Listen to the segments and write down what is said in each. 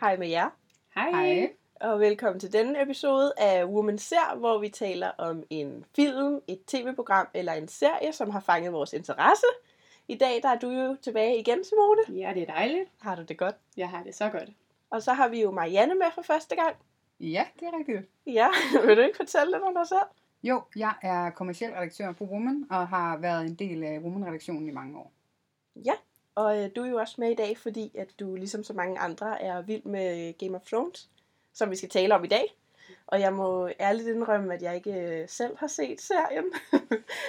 Hej med jer, Hej. Hej. og velkommen til denne episode af Woman Ser, hvor vi taler om en film, et tv-program eller en serie, som har fanget vores interesse. I dag der er du jo tilbage igen, Simone. Ja, det er dejligt. Har du det godt? Jeg har det så godt. Og så har vi jo Marianne med for første gang. Ja, det er rigtigt. Ja, vil du ikke fortælle lidt om dig selv? Jo, jeg er kommersiel redaktør på Woman og har været en del af Woman-redaktionen i mange år. Og øh, du er jo også med i dag, fordi at du ligesom så mange andre er vild med øh, Game of Thrones, som vi skal tale om i dag. Og jeg må ærligt indrømme, at jeg ikke øh, selv har set serien.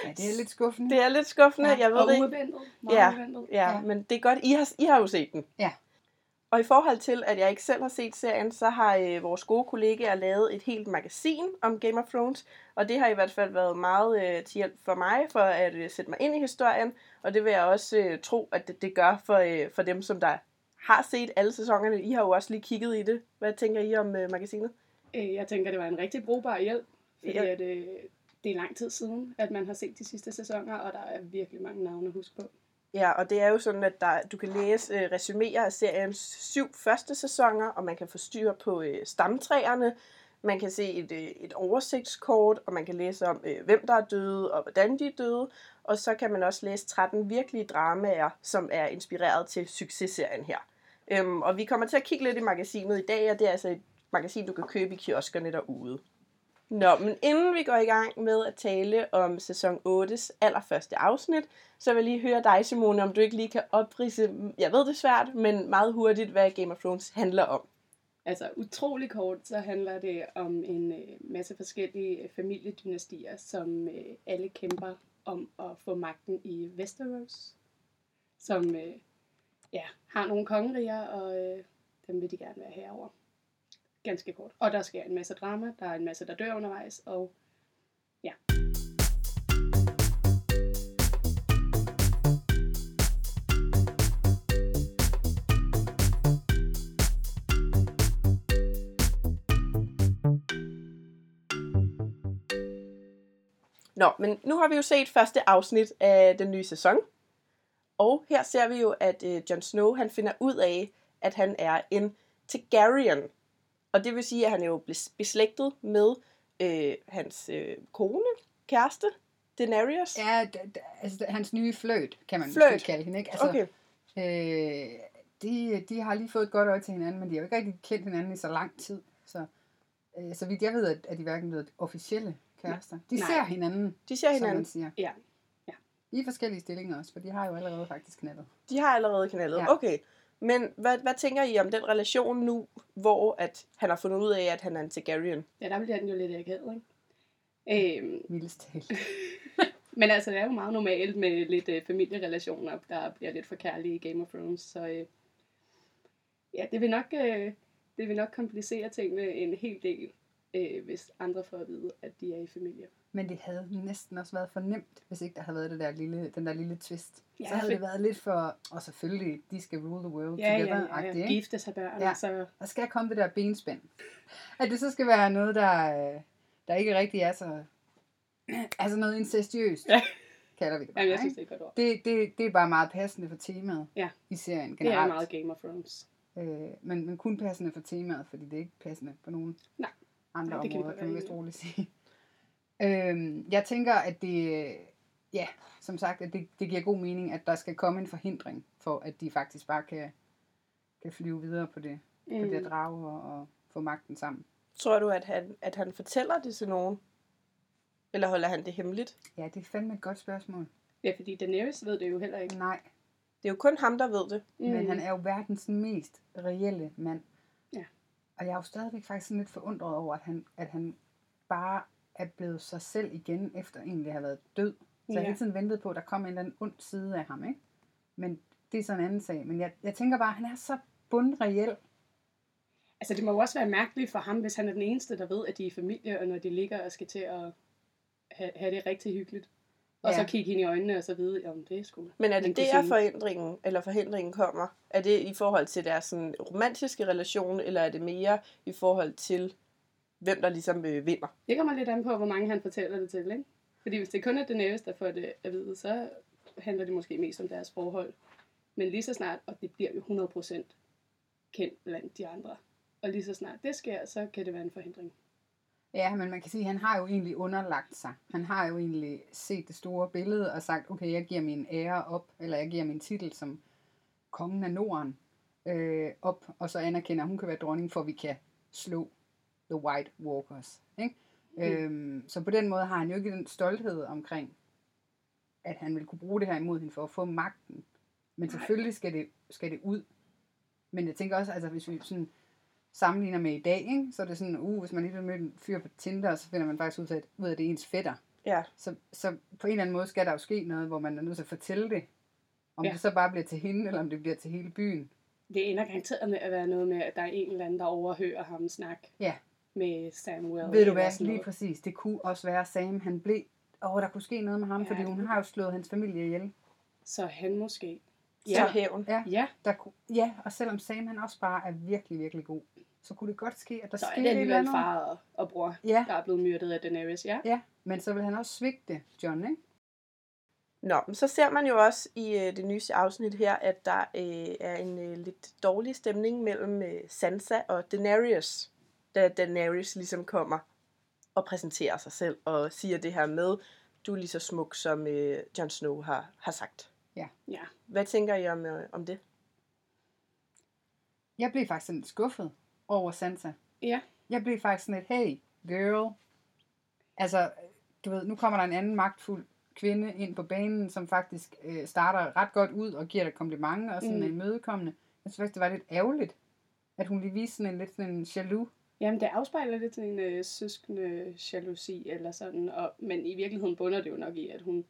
Ja, det er lidt skuffende. det er lidt skuffende. Ja, jeg ved Og det ikke. uventet. Meget Ja. uventet. Ja, ja, Ja. men det er godt, I har, I har jo set den. Ja. Og i forhold til, at jeg ikke selv har set serien, så har øh, vores gode kollegaer lavet et helt magasin om Game of Thrones, og det har i hvert fald været meget øh, til hjælp for mig, for at øh, sætte mig ind i historien, og det vil jeg også øh, tro, at det, det gør for, øh, for dem, som der har set alle sæsonerne. I har jo også lige kigget i det. Hvad tænker I om øh, magasinet? Øh, Jeg tænker, det var en rigtig brugbar hjælp, fordi Ja. ja. at, øh, det er lang tid siden, at man har set de sidste sæsoner, og der er virkelig mange navne at huske på. Ja, og det er jo sådan, at der, du kan læse øh, resuméer af seriens syv første sæsoner, og man kan få styr på øh, stamtræerne, man kan se et, øh, et oversigtskort, og man kan læse om, øh, hvem der er døde, og hvordan de er døde, og så kan man også læse 13 virkelige dramaer, som er inspireret til successerien her. Øhm, og vi kommer til at kigge lidt i magasinet i dag, og det er altså et magasin, du kan købe i kioskerne derude. Nå, men inden vi går i gang med at tale om sæson 8's allerførste afsnit, så vil jeg lige høre dig, Simone, om du ikke lige kan oprise, jeg ved det er svært, men meget hurtigt, hvad Game of Thrones handler om. Altså utrolig kort, så handler det om en øh, masse forskellige øh, familiedynastier, som øh, alle kæmper om at få magten i Westeros, som øh, ja, har nogle kongeriger, og øh, dem vil de gerne være herover. Ganske kort. Og der sker en masse drama, der er en masse, der dør undervejs, og Nå, men nu har vi jo set første afsnit af den nye sæson, og her ser vi jo, at øh, Jon Snow han finder ud af, at han er en Targaryen. Og det vil sige, at han er jo bes- beslægtet med øh, hans øh, kone, kæreste, Daenerys. Ja, d- d- altså, hans nye fløjt, kan man Flirt. måske kalde hende. Ikke? Altså, Okay, øh, de, de har lige fået et godt øje til hinanden, men de har jo ikke rigtig kendt hinanden i så lang tid. Så, øh, så vidt jeg ved, at- at de hverken blevet officielle kærester. De Nej. ser hinanden, de ser som man hinanden. siger. ja, I forskellige stillinger også, for de har jo allerede faktisk knaldet. De har allerede knaldet. Ja. Ja. Okay. Men hvad, hvad tænker I om den relation nu, hvor at han har fundet ud af, at han er en Targaryen? ja der bliver den jo lidt akavet, ikke? Øhm, Mildest talt. Men altså, det er jo meget normalt med lidt øh, familierelationer, der bliver lidt for kærlige i Game of Thrones, så øh, ja, det vil, nok, øh, det vil nok komplicere tingene en hel del, øh, hvis andre får at vide, at de er i familie. Men det havde næsten også været for nemt, hvis ikke der havde været det der lille, den der lille twist. Ja, Ja, så havde for- det været lidt for, og selvfølgelig, de skal rule the world Ja, ja, together. ja, ja. Ikke? Gifte sig børn, ja. Ja. så Der skal komme det der benspænd. At det så skal være noget, der, øh, der ikke rigtig er så... Altså noget incestuøst, Ja. kalder vi det bare. jamen, jeg synes, ikke? det er et godt ord. det, det, det er bare meget passende for temaet Ja. i serien Det er generelt. meget Game of Thrones. Øh, men, men kun passende for temaet, fordi det er ikke passende for nogen Nej. andre Nej, det Nej, kan vi områder, godt kan man være vist enige roligt sige. øhm, jeg tænker, at det, ja, som sagt, at det, det giver god mening, at der skal komme en forhindring for, at de faktisk bare kan, kan flyve videre på det, mm. på det Mm. drag og, og få magten sammen. Tror du, at han, at han fortæller det til nogen? Eller holder han det hemmeligt? Ja, det er fandme et godt spørgsmål. Ja, fordi Daenerys ved det jo heller ikke. Nej, Det er jo kun ham, der ved det. Mm. Men han er jo verdens mest reelle mand. Ja. Og jeg er jo stadigvæk faktisk sådan lidt forundret over, at han, at han bare er blevet sig selv igen, efter egentlig har været død. Så ja. jeg Mm. Ja. har hele tiden ventet på, at der kom en eller anden ond side af ham, ikke? Men det er sådan en anden sag. Men jeg, jeg tænker bare, at han er så bundreel. Altså, det må jo også være mærkeligt for ham, hvis han er den eneste, der ved, at de er i familie, og når de ligger og skal til at have, have det rigtig hyggeligt. Og Ja. så kigge hende i øjnene og så vide, om det er sgu. Men er min det der kusine." forhindringen, eller forhindringen kommer? Er det i forhold til deres sådan, romantiske relation, eller er det mere i forhold til, hvem der ligesom øh, vinder? Det kommer lidt an på, hvor mange han fortæller det til, ikke? Fordi hvis det kun er Daenerys, der får det at vide, så handler det måske mest om deres forhold. Men lige så snart, og det bliver jo 100%, kendt blandt de andre. Og lige så snart det sker, så kan det være en forhindring. Ja, men man kan sige, at han har jo egentlig underlagt sig. Han har jo egentlig set det store billede og sagt, okay, jeg giver min ære op, eller jeg giver min titel som kongen af Norden øh, op, og så anerkender, at hun kan være dronning, for vi kan slå The White Walkers. Ikke? Mm. Øhm, så på den måde har han jo ikke den stolthed omkring, at han vil kunne bruge det her imod hende for at få magten. Men selvfølgelig skal det, skal det ud. Men jeg tænker også, altså hvis vi sådan sammenligner med i dag, ikke? så er det sådan, uh, hvis man lige vil møde en fyr på Tinder, så finder man faktisk ud af, at, ud af at det er ens fætter. Ja, Så, så på en eller anden måde skal der jo ske noget, hvor man er nødt til at fortælle det. Om ja. Ja. det så bare bliver til hende, eller om det bliver til hele byen. Det ender garanteret med at være noget med, at der er en eller anden, der overhører ham snakke Ja. med Samuel. Ved du eller hvad, sådan lige noget. præcis. Det kunne også være, at Sam han blev... Åh, oh, der kunne ske noget med ham, ja, Ja, fordi det hun kunne- har jo slået hans familie ihjel. Så han måske. ja. så hævn. Ja, Der kunne, ja, og selvom Sam han også bare er virkelig, virkelig god, så kunne det godt ske, at der så er skete det et eller alligevel andet. far og, og bror, Ja, der er blevet myrdet af Daenerys. Ja, ja, men så vil han også svigte John, ikke? Nå, men så ser man jo også i øh, det nyeste afsnit her, at der øh, er en øh, lidt dårlig stemning mellem øh, Sansa og Daenerys, da Daenerys ligesom kommer og præsenterer sig selv og siger det her med, du er lige så smuk, som øh, Jon Snow har, har sagt. ja. Hvad tænker I om, øh, om det? Jeg blev faktisk sådan lidt skuffet over Sansa. ja. Jeg blev faktisk sådan lidt, hey, girl. Altså, du ved, nu kommer der en anden magtfuld kvinde ind på banen, som faktisk øh, starter ret godt ud og giver dig komplimenter og sådan mm. Mm. en imødekommende. Jeg synes faktisk, det var lidt ærgerligt, at hun lige viste sådan en lidt sådan en jaloux. Jamen, det afspejler lidt sådan en øh, søskende jalousi eller sådan, og, men i virkeligheden bunder det jo nok i, at hun...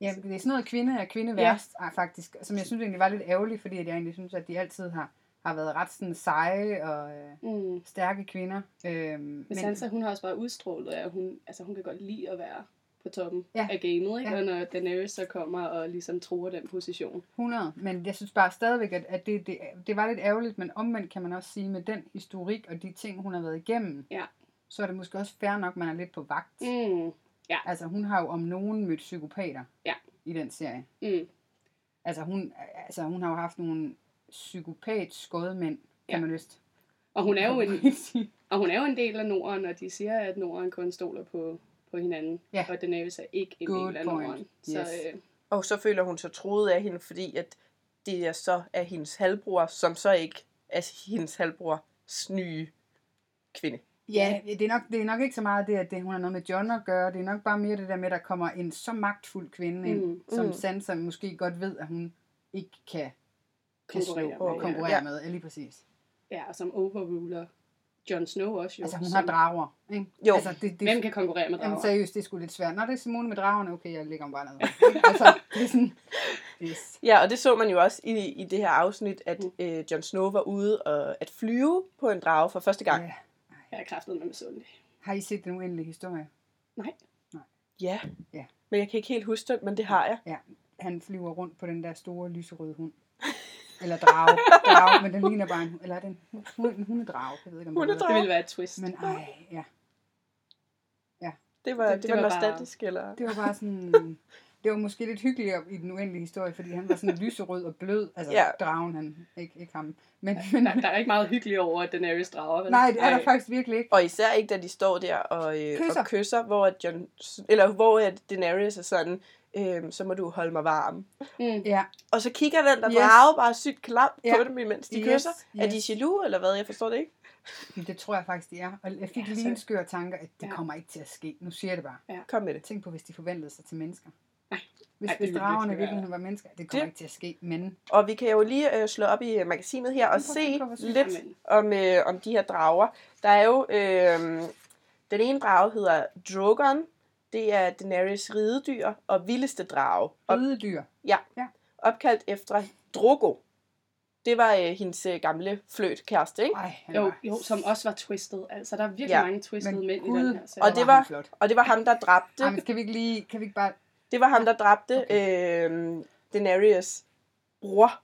Ja, det er sådan noget kvinde er kvinde Ja. værst, ja. faktisk, som jeg synes egentlig var lidt ærgerligt, fordi at jeg egentlig synes, at de altid har, har været ret sådan seje og øh, Mm. stærke kvinder. Øhm, men, Men Sansa, hun har også bare udstrålet, at hun, altså, hun kan godt lide at være på toppen Ja. ja. af gamet, ikke? Ja. Ja. Og når Daenerys så kommer og ligesom truer den position. 100, men jeg synes bare stadigvæk, at, at det, det, det var lidt ærgerligt, men omvendt kan man også sige, med den historik og de ting, hun har været igennem, Ja. så er det måske også fair nok, at man er lidt på vagt. Mm. Altså, hun har jo om nogen mødt psykopater Ja. i den serie. Mm. Altså hun, altså, hun har jo haft nogle psykopat skådemænd, kan Ja. man lyst. Og hun er jo en en... Og hun er jo en del af Norden, og de siger, at Norden kun stoler på, på hinanden. Ja. Og Daenerys er ikke en Good del af point. Norden. Så Yes. øh, Og så føler hun sig troet af hende, fordi at det er så er hendes halvbror, som så ikke er hendes halvbrors nye kvinde. Ja, det er, nok, det er nok ikke så meget det, at det, hun har noget med John at gøre. Det er nok bare mere det der med, at der kommer en så magtfuld kvinde ind, mm, Mm, som mm. Sansa måske godt ved, at hun ikke kan, kan slå Konkurrere med, og ja. konkurrere Ja. med. Ja, lige præcis. ja, og som overruler Jon Snow også jo. Altså, hun som, har drager, ikke? Jo. Altså, det, det, Hvem kan konkurrere med Jamen, drager? seriøst, det er sgu lidt svært. Nå, det er Simone med dragerne. Okay, jeg lægger mig bare ned. altså, det er sådan... Yes. Ja, og det så man jo også i, i det her afsnit, at Mm. øh, Jon Snow var ude og, at flyve på en drage for første gang. Ja. Jeg er kraftet med misundelig. Har I set den uendelige historie? Ja. Ja. Men jeg kan ikke helt huske det, men det har jeg. Han flyver rundt på den der store lyserøde hund. Eller drage. drage men den ligner bare en... Eller er det en, hun, en hundedrage? Jeg ved ikke, om det hedder. Hundedrage. Det ville være et twist. Men ej, ja. Det var, det, Det- det det var, var bare- nostalgisk, eller? Det var bare sådan... Det var måske lidt hyggeligere i den uendelige historie, fordi han var sådan lyserød og blød. Altså, ja. Ja. dragen, han, ikke, ikke ham. Men, men, Der, der er ikke meget hyggeligt over, at Daenerys drager. Vel? nej, det er der Ej. faktisk virkelig ikke. Og især ikke, da de står der og, øh, Kysser. og kysser, hvor, at Jon, eller hvor at Daenerys er sådan, øh, så må du holde mig varm. Mm. Ja, Og så kigger den der Yes. yes. drage bare sygt klam Ja. på dem, imens de Yes, yes. kysser. Er de yes. jaloux, eller hvad? Jeg forstår det ikke. Jamen, Det tror jeg faktisk, de er. Og jeg fik Ja, lige så- en skør tanke, at det Ja. kommer ikke til at ske. Nu siger jeg det bare. Kom med det. Tænk på, hvis de forvandlede sig til mennesker. Nej. Hvis, Ej, det hvis ville dragerne virkelig være- virkelig var mennesker, det kommer Det- ikke til at ske. Men Og vi kan jo lige øh, slå op i øh, magasinet her og prøv at se tænke på, hvad synes lidt Amen. om, øh, om de her drager. Der er jo, øh, den ene drage hedder Drogon, det er Daenerys ridedyr og vildeste drage, op, røde dyr. opkaldt efter Drogo. Det var øh, hendes øh, gamle fløt kæreste, ikke? Ej, han Jo, var- jo, som også var twistet. Altså, der er virkelig Ja, ja. mange twistede men mænd i Gud, den her serie. Og hvor det han var- flot. Og det var ham, der dræbte. Ej, men skal vi ikke lige... Kan vi ikke bare... Det var ham, der dræbte øh, Daenerys bror.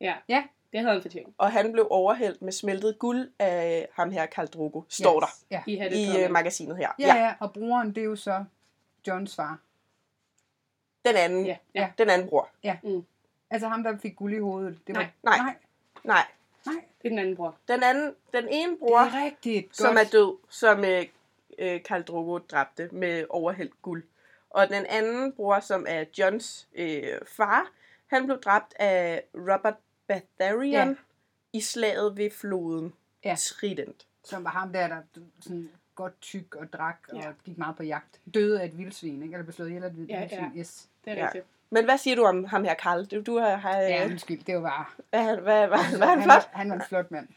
Ja. Ja. Det havde han fortjent. og han blev overhældt med smeltet guld af ham her, Karl Drogo, står yes. Ja. I havde der det i øh, kommet. magasinet her. Ja, ja, og broren, det er jo så Johns far. Den anden, Ja. ja. ja. den anden bror. Altså ham, der fik guld i hovedet. Det var, Nej, nej. nej, Nej, nej. Det er den anden bror. Den, anden, den ene Det bror, er rigtigt godt. som er død, som øh, øh, Karl Drogo dræbte med overhældt guld. Og den anden bror, som er Johns øh, far, han blev dræbt af Robert Baratheon Ja. ja. i slaget ved floden Ja. ja. Trident. Som var ham der, der sådan godt tyk og drak og Ja. gik meget på jagt. Døde af et vildsvin, ikke? Eller blev slået ihjel af et Ja, vildsvin, ja, ja. ja. yes. Det er Ja. rigtigt. Men hvad siger du om ham her, Karl? Du, du har, har Ja, ja. undskyld, det var bare... hvad, hvad, hvad, hvad, hvad er han han, flot? var, han var en flot mand.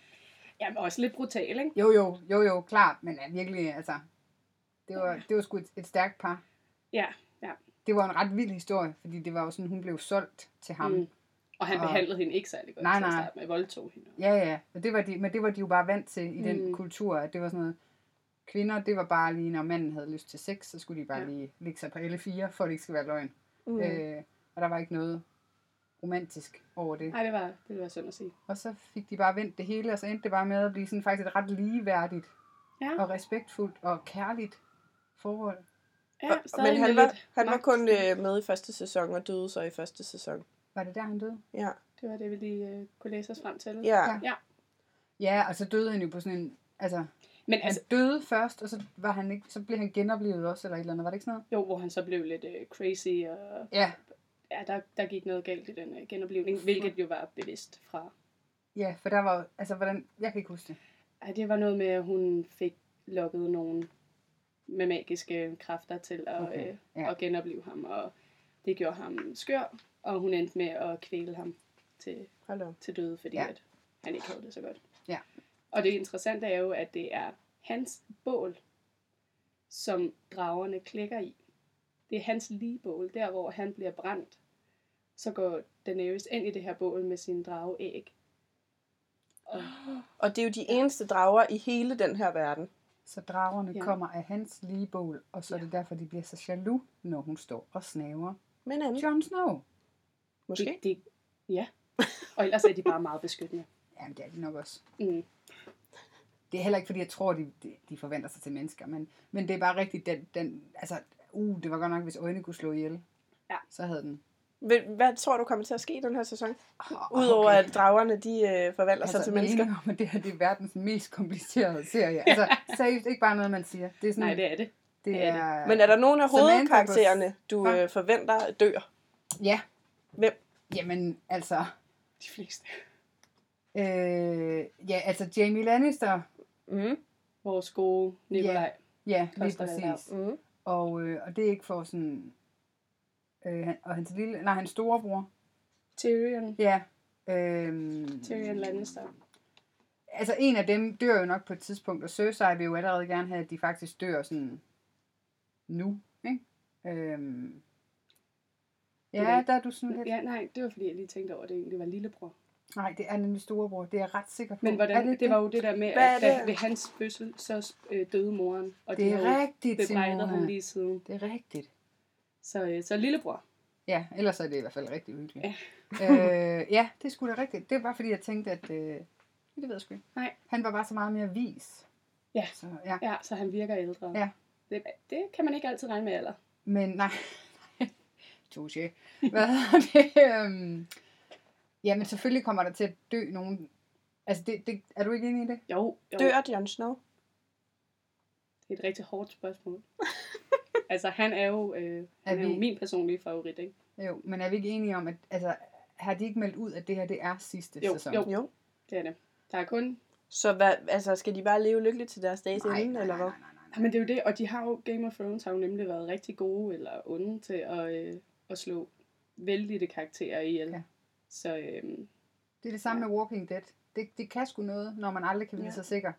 Jamen også lidt brutal, ikke? Jo, jo, jo, jo, klart, men er virkelig, altså... Det var, det var sgu et, et stærkt par. Ja, ja. Det var en ret vild historie, fordi det var jo sådan, hun blev solgt til ham. Mm. Mm. Og han Og- behandlede hende ikke særlig godt Nej, til at nej. starte med. Voldtog hende. Ja, ja, og det var de, men det var de jo bare vant til i mm. den Mm. kultur, at det var sådan noget... Kvinder, det var bare lige, når manden havde lyst til sex, så skulle de bare ja. Ja. lige ligge sig på alle fire, for at det ikke skal være løgn. Mm. Øh, og der var ikke noget romantisk over det. Nej, det var, det var synd at sige. Og så fik de bare vendt det hele, og så endte det bare med at blive sådan faktisk et ret ligeværdigt Ja, og respektfuldt og kærligt forhold. ja stadig Men han med var, lidt han var magt. kun øh, med i første sæson og døde så i første sæson. Var det der, han døde? Ja, Det var det, vi lige øh, kunne læse os frem til. ja. Ja. Ja, og så døde han jo på sådan en... Altså, Men han altså, døde først, og så, var han ikke, så blev han genoplevet også, eller et eller andet. Var det ikke sådan noget? jo, hvor han så blev lidt øh, crazy, og Ja, ja, der, der gik noget galt i den øh, genoplevning, hvilket jo var bevidst fra. ja, for der var... Altså, hvordan... Jeg kan ikke huske det. Ej, det var noget med, at hun fik lukket nogen med magiske kræfter til at, Okay, okay. øh, ja. ja. at genopleve ham, og det gjorde ham skør, og hun endte med at kvæle ham til, Hold op. til døde, fordi Ja. ja. at han ikke havde det så godt. Ja. Og det interessante er jo, at det er hans bål, som dragerne klikker i. Det er hans ligebål, der hvor han bliver brændt. Så går Daenerys ind i det her bål med sin drageæg. Og Og det er jo de eneste drager i hele den her verden. Så dragerne ja. Ja. kommer af hans ligebål, og så er det derfor, de bliver så jaloux, når hun står og snaver. Men anden, Jon Snow! måske. det, det, ja. Og ellers er de bare meget beskyttende. Jamen, det er de nok også. Mm. det er heller ikke, fordi jeg tror, de, de- de forventer sig til mennesker, men, men det er bare rigtigt, den, den, altså, uh, det var godt nok, hvis øjnene kunne slå ihjel. Ja. Så havde den. Hvad- Hvad tror du kommer til at ske i den her sæson? Oh, Udover at dragerne de øh, forvandler altså, sig til mennesker. Om, at det her det er verdens mest komplicerede serie. Altså, seriøst, ikke bare noget, man siger. Det er sådan, Nej, det er det. det det er er... Men er der nogen af Samantha hovedkaraktererne, du Ja. øh, forventer dør? Ja. Hvem? Jamen, altså... De fleste. Øh, ja, altså Jamie Lannister. Mm. Vores gode Nikolaj. Ja, lige Koster det præcis. Mm. Og, øh, og det er ikke for sådan... Øh, han- og hans lille... Nej, hans storebror. Tyrion. Ja. Øh, Tyrion Lannister. altså en af dem dør jo nok på et tidspunkt, og Cersei vil jo allerede gerne have, at de faktisk dør sådan nu, ikke? Øhm. Ja, Ja. der er du sådan lidt... Ja, nej, det var fordi, jeg lige tænkte over, at det egentlig var lillebror. Nej, det er nemlig storebror, det er jeg ret sikker på. Men er hvordan, ikke det var jo det der med, Hvad er at da, det? ved hans fødsel, så øh, døde moren. Og det de er havde jo rigtigt, bebrejdet ham Simone. lige siden. Det er rigtigt. Så, øh, så lillebror. Ja, ellers er det i hvert fald rigtig hyggeligt. Ja, øh, ja det skulle da rigtigt. Det var bare fordi, jeg tænkte, at... Øh, det ved jeg sgu ikke. Nej. Han var bare så meget mere vis. Ja. Så, ja. Ja, så han virker ældre. Ja. Det, det kan man ikke altid regne med alder. Men nej. Touché. Hvad hedder det? Øhm, jamen selvfølgelig kommer der til at dø nogen. Altså, det, det, er du ikke enig i det? Jo, jo. Dør Jon Snow? Det er et rigtig hårdt spørgsmål. altså, han er jo, øh, han Er er jo vi- min personlige favorit, ikke? Jo, men er vi ikke enige om, at altså, har de ikke meldt ud, at det her det er sidste Jo, sæson? jo. Jo. Det er det. Der er kun... Så hvad, altså, skal de bare leve lykkeligt til deres dages Nej, ende, nej, eller nej, hvad? nej, nej, nej. Ja, men det er jo det, og de har jo, Game of Thrones har jo nemlig været rigtig gode eller onde til at, øh, at slå vældige karakterer ihjel. Ja. Ja. Så øh, Det er det samme Ja. med Walking Dead. Det, det kan sgu noget, når man aldrig kan vide Ja. sig sikker.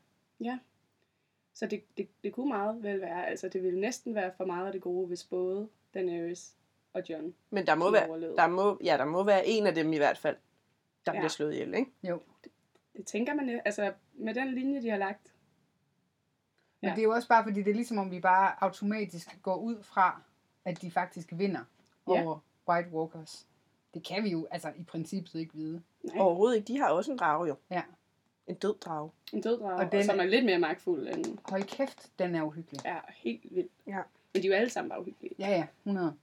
så det, det, det kunne meget vel være, altså det ville næsten være for meget af det gode, hvis både Daenerys og Jon Men der må, de være, overlevede. der, må, ja, der må være en af dem i hvert fald, der Ja. bliver slået ihjel, ikke? Jo. Det tænker man, altså med den linje, de har lagt. Men Ja. det er jo også bare, fordi det er ligesom, om vi bare automatisk går ud fra, at de faktisk vinder Ja. over White Walkers. Det kan vi jo altså i princippet ikke vide. Nej, oh. Overhovedet ikke. De har også en drage, jo. Ja. En død drage. en død drage, Og og den- den... som er lidt mere magtfuld end Hold kæft, den er uhyggelig. er helt vildt. Ja. Men de er jo alle sammen bare uhyggelige. Ja, ja, 100.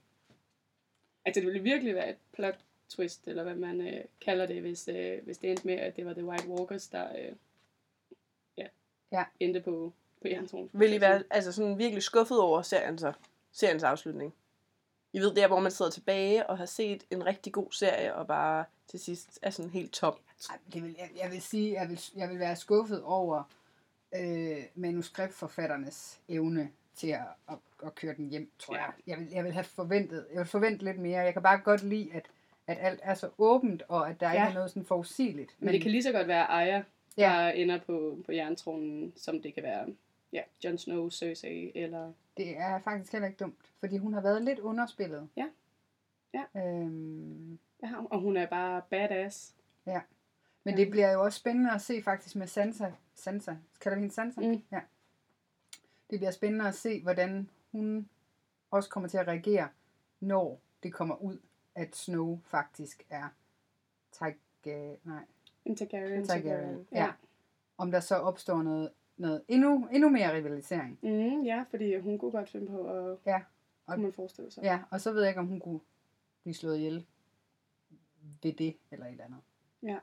Altså, det ville virkelig være et plot twist, eller hvad man øh, kalder det, hvis, øh, hvis det endte med, at det var The White Walkers, der øh, ja, Ja. endte på, på Jernsson. Vil I være altså sådan virkelig skuffet over serien så? seriens afslutning? I ved der, hvor man sidder tilbage og har set en rigtig god serie, og bare til sidst er sådan helt top. Ej, men det vil, jeg, jeg vil sige, jeg vil, jeg vil være skuffet over øh, manuskriptforfatternes evne til at, at, at køre den hjem, tror Ja. jeg. Jeg vil, jeg vil have forventet, jeg vil forvente lidt mere. Jeg kan bare godt lide, at, at alt er så åbent, og at der ja. ikke Ja. er noget sådan forudsigeligt. Men det kan lige så godt være Arya, Ja. der ender på, på jerntronen, som det kan være ja, Jon Snow, Cersei, eller... det er faktisk heller ikke dumt, fordi hun har været lidt underspillet. Ja. Ja. Øhm, Ja, og hun er bare badass. Men Ja. det bliver jo også spændende at se faktisk med Sansa. Sansa. Kalder vi hende Sansa? Mm. Ja. Det bliver spændende at se, hvordan hun også kommer til at reagere, når det kommer ud, at Snow faktisk er Tyg... nej, En Targaryen. Targaryen. Ja. Ja. ja. Om der så opstår noget, noget endnu, endnu mere rivalisering. Mm, ja, fordi hun kunne godt finde på at... Ja. Og- Kunne man forestille sig. Ja, og så ved jeg ikke, om hun kunne blive slået ihjel ved det, eller et eller andet. Ja.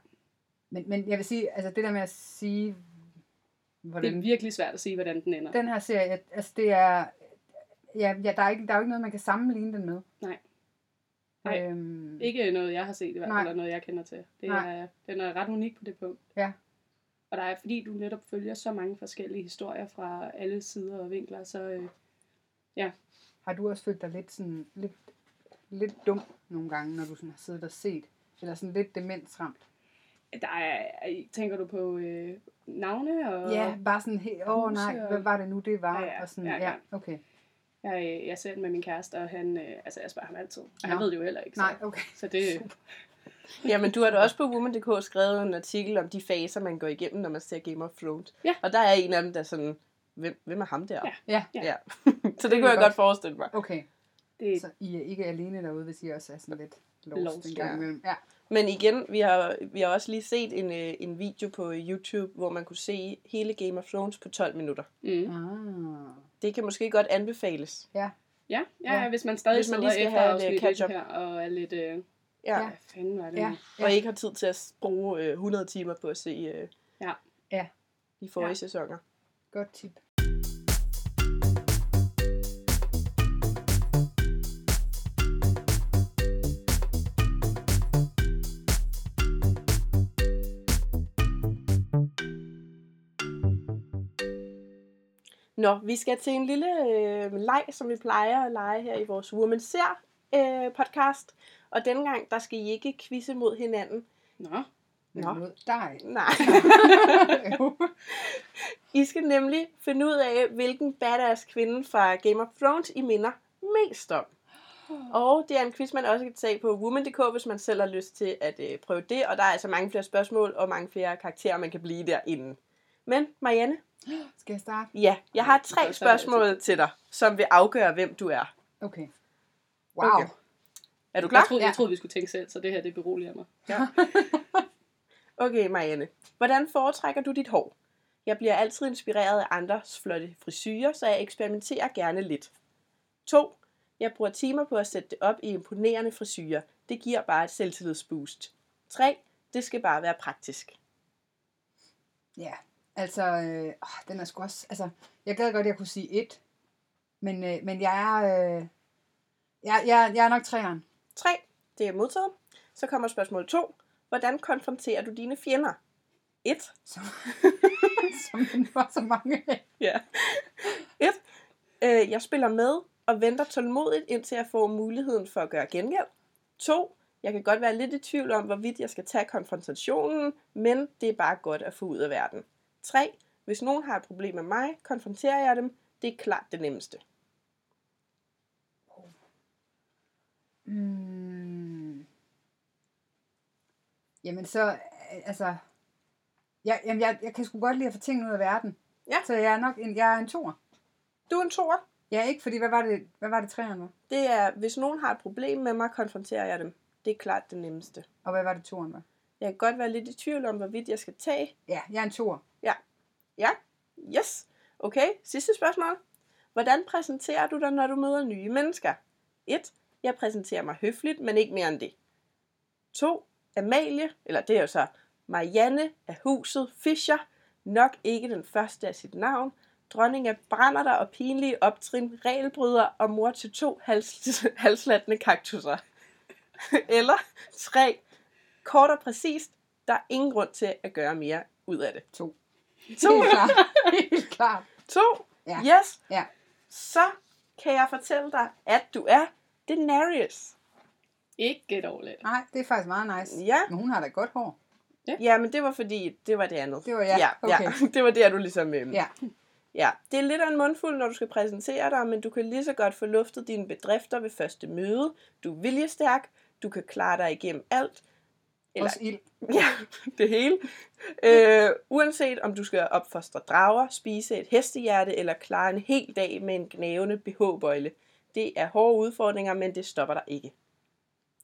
Men, men jeg vil sige, altså det der med at sige, Det er virkelig svært at sige, hvordan den ender. Den her serie, altså det er... Ja, ja der, er ikke, der er jo ikke noget, man kan sammenligne den med. Nej. Nej. Øhm, Ikke noget, jeg har set i hvert Nej. fald, eller noget, jeg kender til. Det Nej. er, den er ret unik på det punkt. Ja. Og der er, fordi du netop følger så mange forskellige historier fra alle sider og vinkler, så øh, Har du også følt dig lidt, sådan, lidt, lidt dum nogle gange, når du sådan har siddet og set? Eller sådan lidt demensramt? der er, tænker du på øh, navne? Og, Ja, bare sådan, helt, åh oh, Øh, Huse nej, og- hvad var det nu, det var? Ja, ja, og sådan, ja, ja. okay. Jeg, øh, jeg ser den med min kæreste, og han, øh, altså jeg spørger ham altid. Og han Nå. ved det jo heller ikke. Nej, Så, okay. så det, Super. Jamen, du har da også på Woman.dk skrevet en artikel om de faser, man går igennem, når man ser Game of Thrones. Ja. Og der er en af dem, der er sådan, hvem, hvem er ham der? Ja. Ja, Ja. ja. så det, er kunne jeg godt. godt forestille mig. okay. det, Så I er ikke alene derude, hvis I også er sådan lidt lost, Lost, en gang ja. imellem. Ja. Men igen, vi har, vi har også lige set en, øh, en video på YouTube, hvor man kunne se hele Game of Thrones på 12 minutter. mm. Ah. Det kan måske godt anbefales. ja, ja, Ja. ja, hvis man stadig Hvis man lige sidder skal efter have et, øh, afsnit catch-up. her, og er lidt, øh, Ja. Ja. ja. hvad fanden var det Ja, nu? Og ikke har tid til at bruge øh, 100 timer på at se øh, Ja. Ja. de forrige Ja. ja. sæsoner. Godt tip. Nå, vi skal til en lille øh, leg, som vi plejer at lege her i vores Woman Ser øh, podcast. Og denne gang, der skal I ikke quizze mod hinanden. Nå, Men Nå. mod dig. Nej. I skal nemlig finde ud af, hvilken badass kvinde fra Game of Thrones I minder mest om. Og det er en quiz, man også kan tage på woman.dk, hvis man selv har lyst til at øh, prøve det. Og der er altså mange flere spørgsmål og mange flere karakterer, man kan blive derinde. Men Marianne, Skal jeg starte? ja, jeg har Det tre er så altid. spørgsmål til dig, som vil afgøre, hvem du er. Okay. Wow. Okay. Er du jeg klar? troede, Ja. jeg troede, vi skulle tænke selv, så det her, det beroliger mig. Okay, Marianne. Hvordan foretrækker du dit hår? Jeg bliver altid inspireret af andres flotte frisyrer, så jeg eksperimenterer gerne lidt. 2. Jeg bruger timer på at sætte det op i imponerende frisyrer. Det giver bare et selvtillidsboost. 3. Det skal bare være praktisk. Ja, altså, øh, åh, den er sgu også, altså, jeg gad godt, at jeg kunne sige et, men, øh, men jeg er, øh, jeg, jeg, jeg er nok træeren. 3. Det er modtaget. Så kommer spørgsmål 2. Hvordan konfronterer du dine fjender? 1. Som, som den var så mange af. Ja. 1. Øh, jeg spiller med og venter tålmodigt, indtil jeg får muligheden for at gøre gengæld. 2. Jeg kan godt være lidt i tvivl om, hvorvidt jeg skal tage konfrontationen, men det er bare godt at få ud af verden. 3. Hvis nogen har et problem med mig, konfronterer jeg dem. Det er klart det nemmeste. Mm. Jamen så, øh, altså, jeg, jamen, jeg, jeg kan sgu godt lide at få tingene ud af verden. Ja. Så jeg er nok en, jeg er en toer. Du er en toer. Ja, ikke fordi, hvad var det, hvad var det træeren var? Det er, hvis nogen har et problem med mig, konfronterer jeg dem. Det er klart det nemmeste. Og hvad var det toeren var? Jeg kan godt være lidt i tvivl om, hvorvidt jeg skal tage Ja, jeg er en toer. Ja, yes. Okay, sidste spørgsmål. Hvordan præsenterer du dig, når du møder nye mennesker? 1. Jeg præsenterer mig høfligt, men ikke mere end det. 2. Amalie, eller det er jo så Marianne af huset Fischer, nok ikke den første af sit navn, dronning af brænder og pinlige optrin, regelbryder og mor til to hals, halslattende kaktusser. eller 3. Kort og præcist, der er ingen grund til at gøre mere ud af det. To. To. Helt klart. Helt klart. To. Ja. Yes. Ja. Så kan jeg fortælle dig, at du er Daenerys. Ikke dårligt. Nej, det er faktisk meget nice. Ja. Men hun har da godt hår. Ja, men det var fordi, det var det andet. Det var ja. ja, ja. Okay. Det var der, du ligesom... Øhm, Ja. ja. Det er lidt af en mundfuld, når du skal præsentere dig, men du kan lige så godt få luftet dine bedrifter ved første møde. Du er viljestærk. Du kan klare dig igennem alt. Eller... Eller, Også ild. ja, det hele. Øh, uanset om du skal opfostre drager, spise et hestehjerte eller klare en hel dag med en gnavende BH-bøjle. Det er hårde udfordringer, men det stopper dig ikke.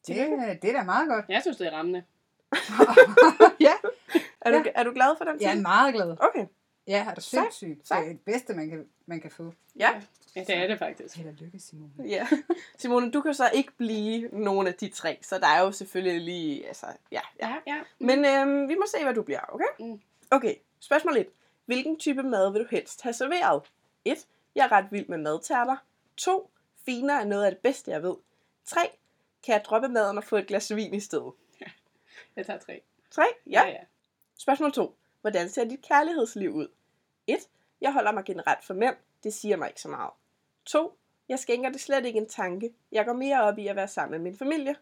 Det, det er da meget godt. Jeg synes, det er rammende. ja. Er, ja. du, er du glad for den Jeg ting? er meget glad. Okay. Ja, er du sindssygt. Det sej. er det bedste, man kan, man kan få. Ja. Ja, det er det faktisk. Held og lykke, Simon. ja. Simone, du kan så ikke blive nogen af de tre, så der er jo selvfølgelig lige... Altså, ja, ja. Ja, ja. Men øhm, vi må se, hvad du bliver, okay? Mm. Okay, spørgsmål 1. Hvilken type mad vil du helst have serveret? 1. Jeg er ret vild med madtærter. 2. Finer er noget af det bedste, jeg ved. 3. Kan jeg droppe maden og få et glas vin i stedet? Jeg tager tre. 3. Ja. ja. Spørgsmål 2. Hvordan ser dit kærlighedsliv ud? 1. Jeg holder mig generelt for mænd. Det siger mig ikke så meget. 2. Jeg skænker det slet ikke en tanke. Jeg går mere op i at være sammen med min familie.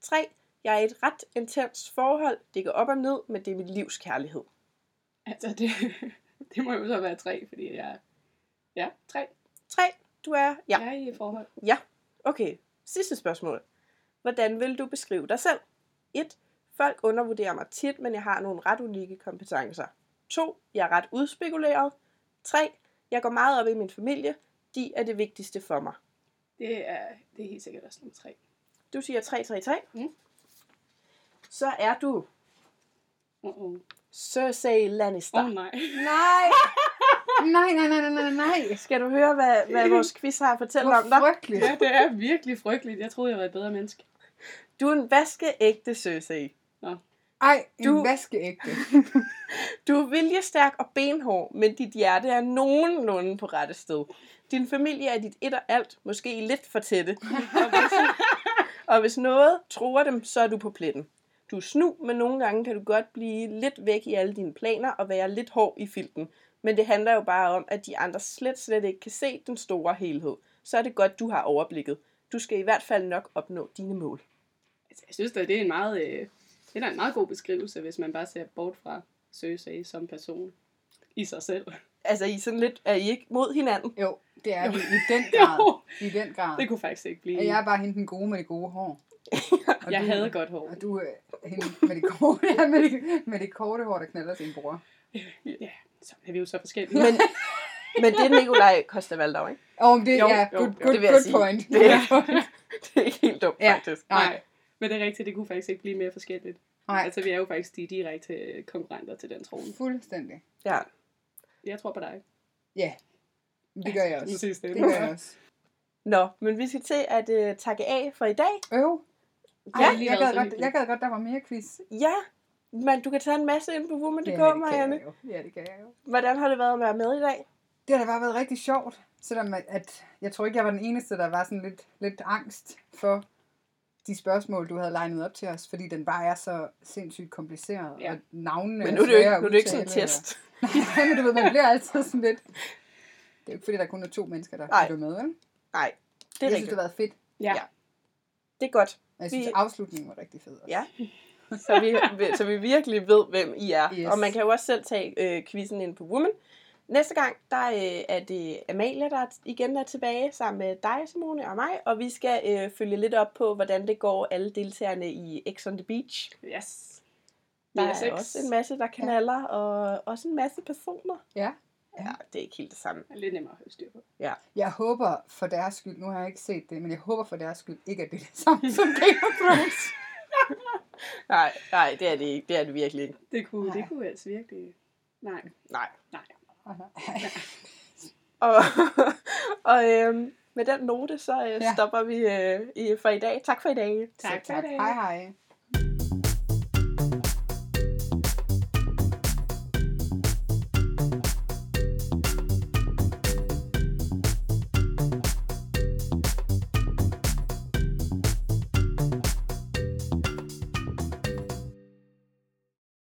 3. Jeg er i et ret intens forhold. Det går op og ned, men det er mit livs kærlighed. Altså, det, det må jo så være tre, fordi jeg... Ja, tre. 3. Du er... Ja. Jeg er i forhold. Ja. Okay. Sidste spørgsmål. Hvordan vil du beskrive dig selv? 1. Folk undervurderer mig tit, men jeg har nogle ret unikke kompetencer. 2. Jeg er ret udspekuleret. 3. Jeg går meget op i min familie. De er det vigtigste for mig. Det er, det er helt sikkert også nummer tre. Du siger 3, 3, 3. Mm. Så er du Uh -oh. Cersei Lannister. Åh oh, nej. Nej! Nej, nej, nej, nej, nej, nej. Skal du høre, hvad, hvad vores quiz har at fortælle om Hvor dig? frygteligt. Ja, det er virkelig frygteligt. Jeg troede, jeg var et bedre menneske. Du er en vaskeægte Cersei. Ej, en Du- du... vaskeægte. Du er viljestærk og benhård, men dit hjerte er nogenlunde på rette sted. Din familie er dit et og alt, måske lidt for tætte. Og hvis, og hvis noget tror dem, så er du på pletten. Du er snu, men nogle gange kan du godt blive lidt væk i alle dine planer og være lidt hård i filten. Men det handler jo bare om, at de andre slet, slet ikke kan se den store helhed. Så er det godt, du har overblikket. Du skal i hvert fald nok opnå dine mål. Altså, jeg synes da, det er en meget, øh, det er da en meget god beskrivelse, hvis man bare ser bort fra Cersei som person i sig selv. Altså, I er sådan lidt, er I ikke mod hinanden? Jo, det er Jo. vi i den Jo. grad. I den grad. Det kunne faktisk ikke blive. Og jeg er bare hende den gode med det gode hår. Og jeg du- havde godt hår. Og du er hende med det korte, med det, med det korte hår, der knalder sin bror. Ja, så er vi jo så forskellige. Men, men det er Nikolaj Kostavaldau, ikke? Og om det Jo, er ja, jo, good, jo, good, det vil jeg good sige. point. Det er, det er ikke helt dumt, Ja. faktisk. Nej, men det er rigtigt, det kunne faktisk ikke blive mere forskelligt. Nej. Altså, vi er jo faktisk de direkte øh, konkurrenter til den trone. Fuldstændig. Ja. Jeg tror på dig. Ja, det gør jeg Nu også. ses det. Det gør jeg også. Nå, men vi skal til at uh, takke af for i dag. Øv. Ej, Ja. jeg, gad godt, jeg gad godt, der var mere quiz. Ja, men du kan tage en masse ind på Ja, woman.dk, kan jeg Marianne. jo. Ja, det kan jeg jo. Hvordan har det været at være med i dag? Det har da bare været rigtig sjovt, selvom at, at jeg tror ikke, jeg var den eneste, der var sådan lidt, lidt angst for de spørgsmål, du havde legnet op til os, fordi den bare er så sindssygt kompliceret, Ja. og navnene Men nu er det jo ikke, svære at nu er det ikke sådan en udtale, test. og- Nej, men du ved, man bliver altid sådan lidt... Det er jo ikke, fordi der kun er to mennesker, der Nej. lytter med, vel? Nej, det er jeg synes, rigtigt. det har været fedt, Ja. Ja. Det er godt, og jeg synes, Vi- afslutningen var rigtig fed også. Ja. så vi, så vi virkelig ved, hvem I er. Yes. Og man kan jo også selv tage øh, quizzen ind på Woman. Næste gang, der øh, er det Amalie, der er- igen er tilbage sammen med dig, Simone og mig. Og vi skal øh, følge lidt op på, hvordan det går alle deltagerne i X on the Beach. Yes. Der Vi er seks. også en masse, der kanaler, ja. og også en masse personer. Ja. Ja, det er ikke helt det samme. Det er lidt nemmere at holde styr på. Jeg håber for deres skyld, nu har jeg ikke set det, men jeg håber for deres skyld ikke, at det er det samme som Game of Thrones. Nej, nej, det er det ikke. Det er det virkelig ikke. Det kunne, Nej. det kunne altså virkelig... Nej, Nej. nej. Og, og øhm, med den note, så øh, Ja. stopper vi øh, i, for i dag. Tak for i dag. Tak, Så for i dag. Hej hej.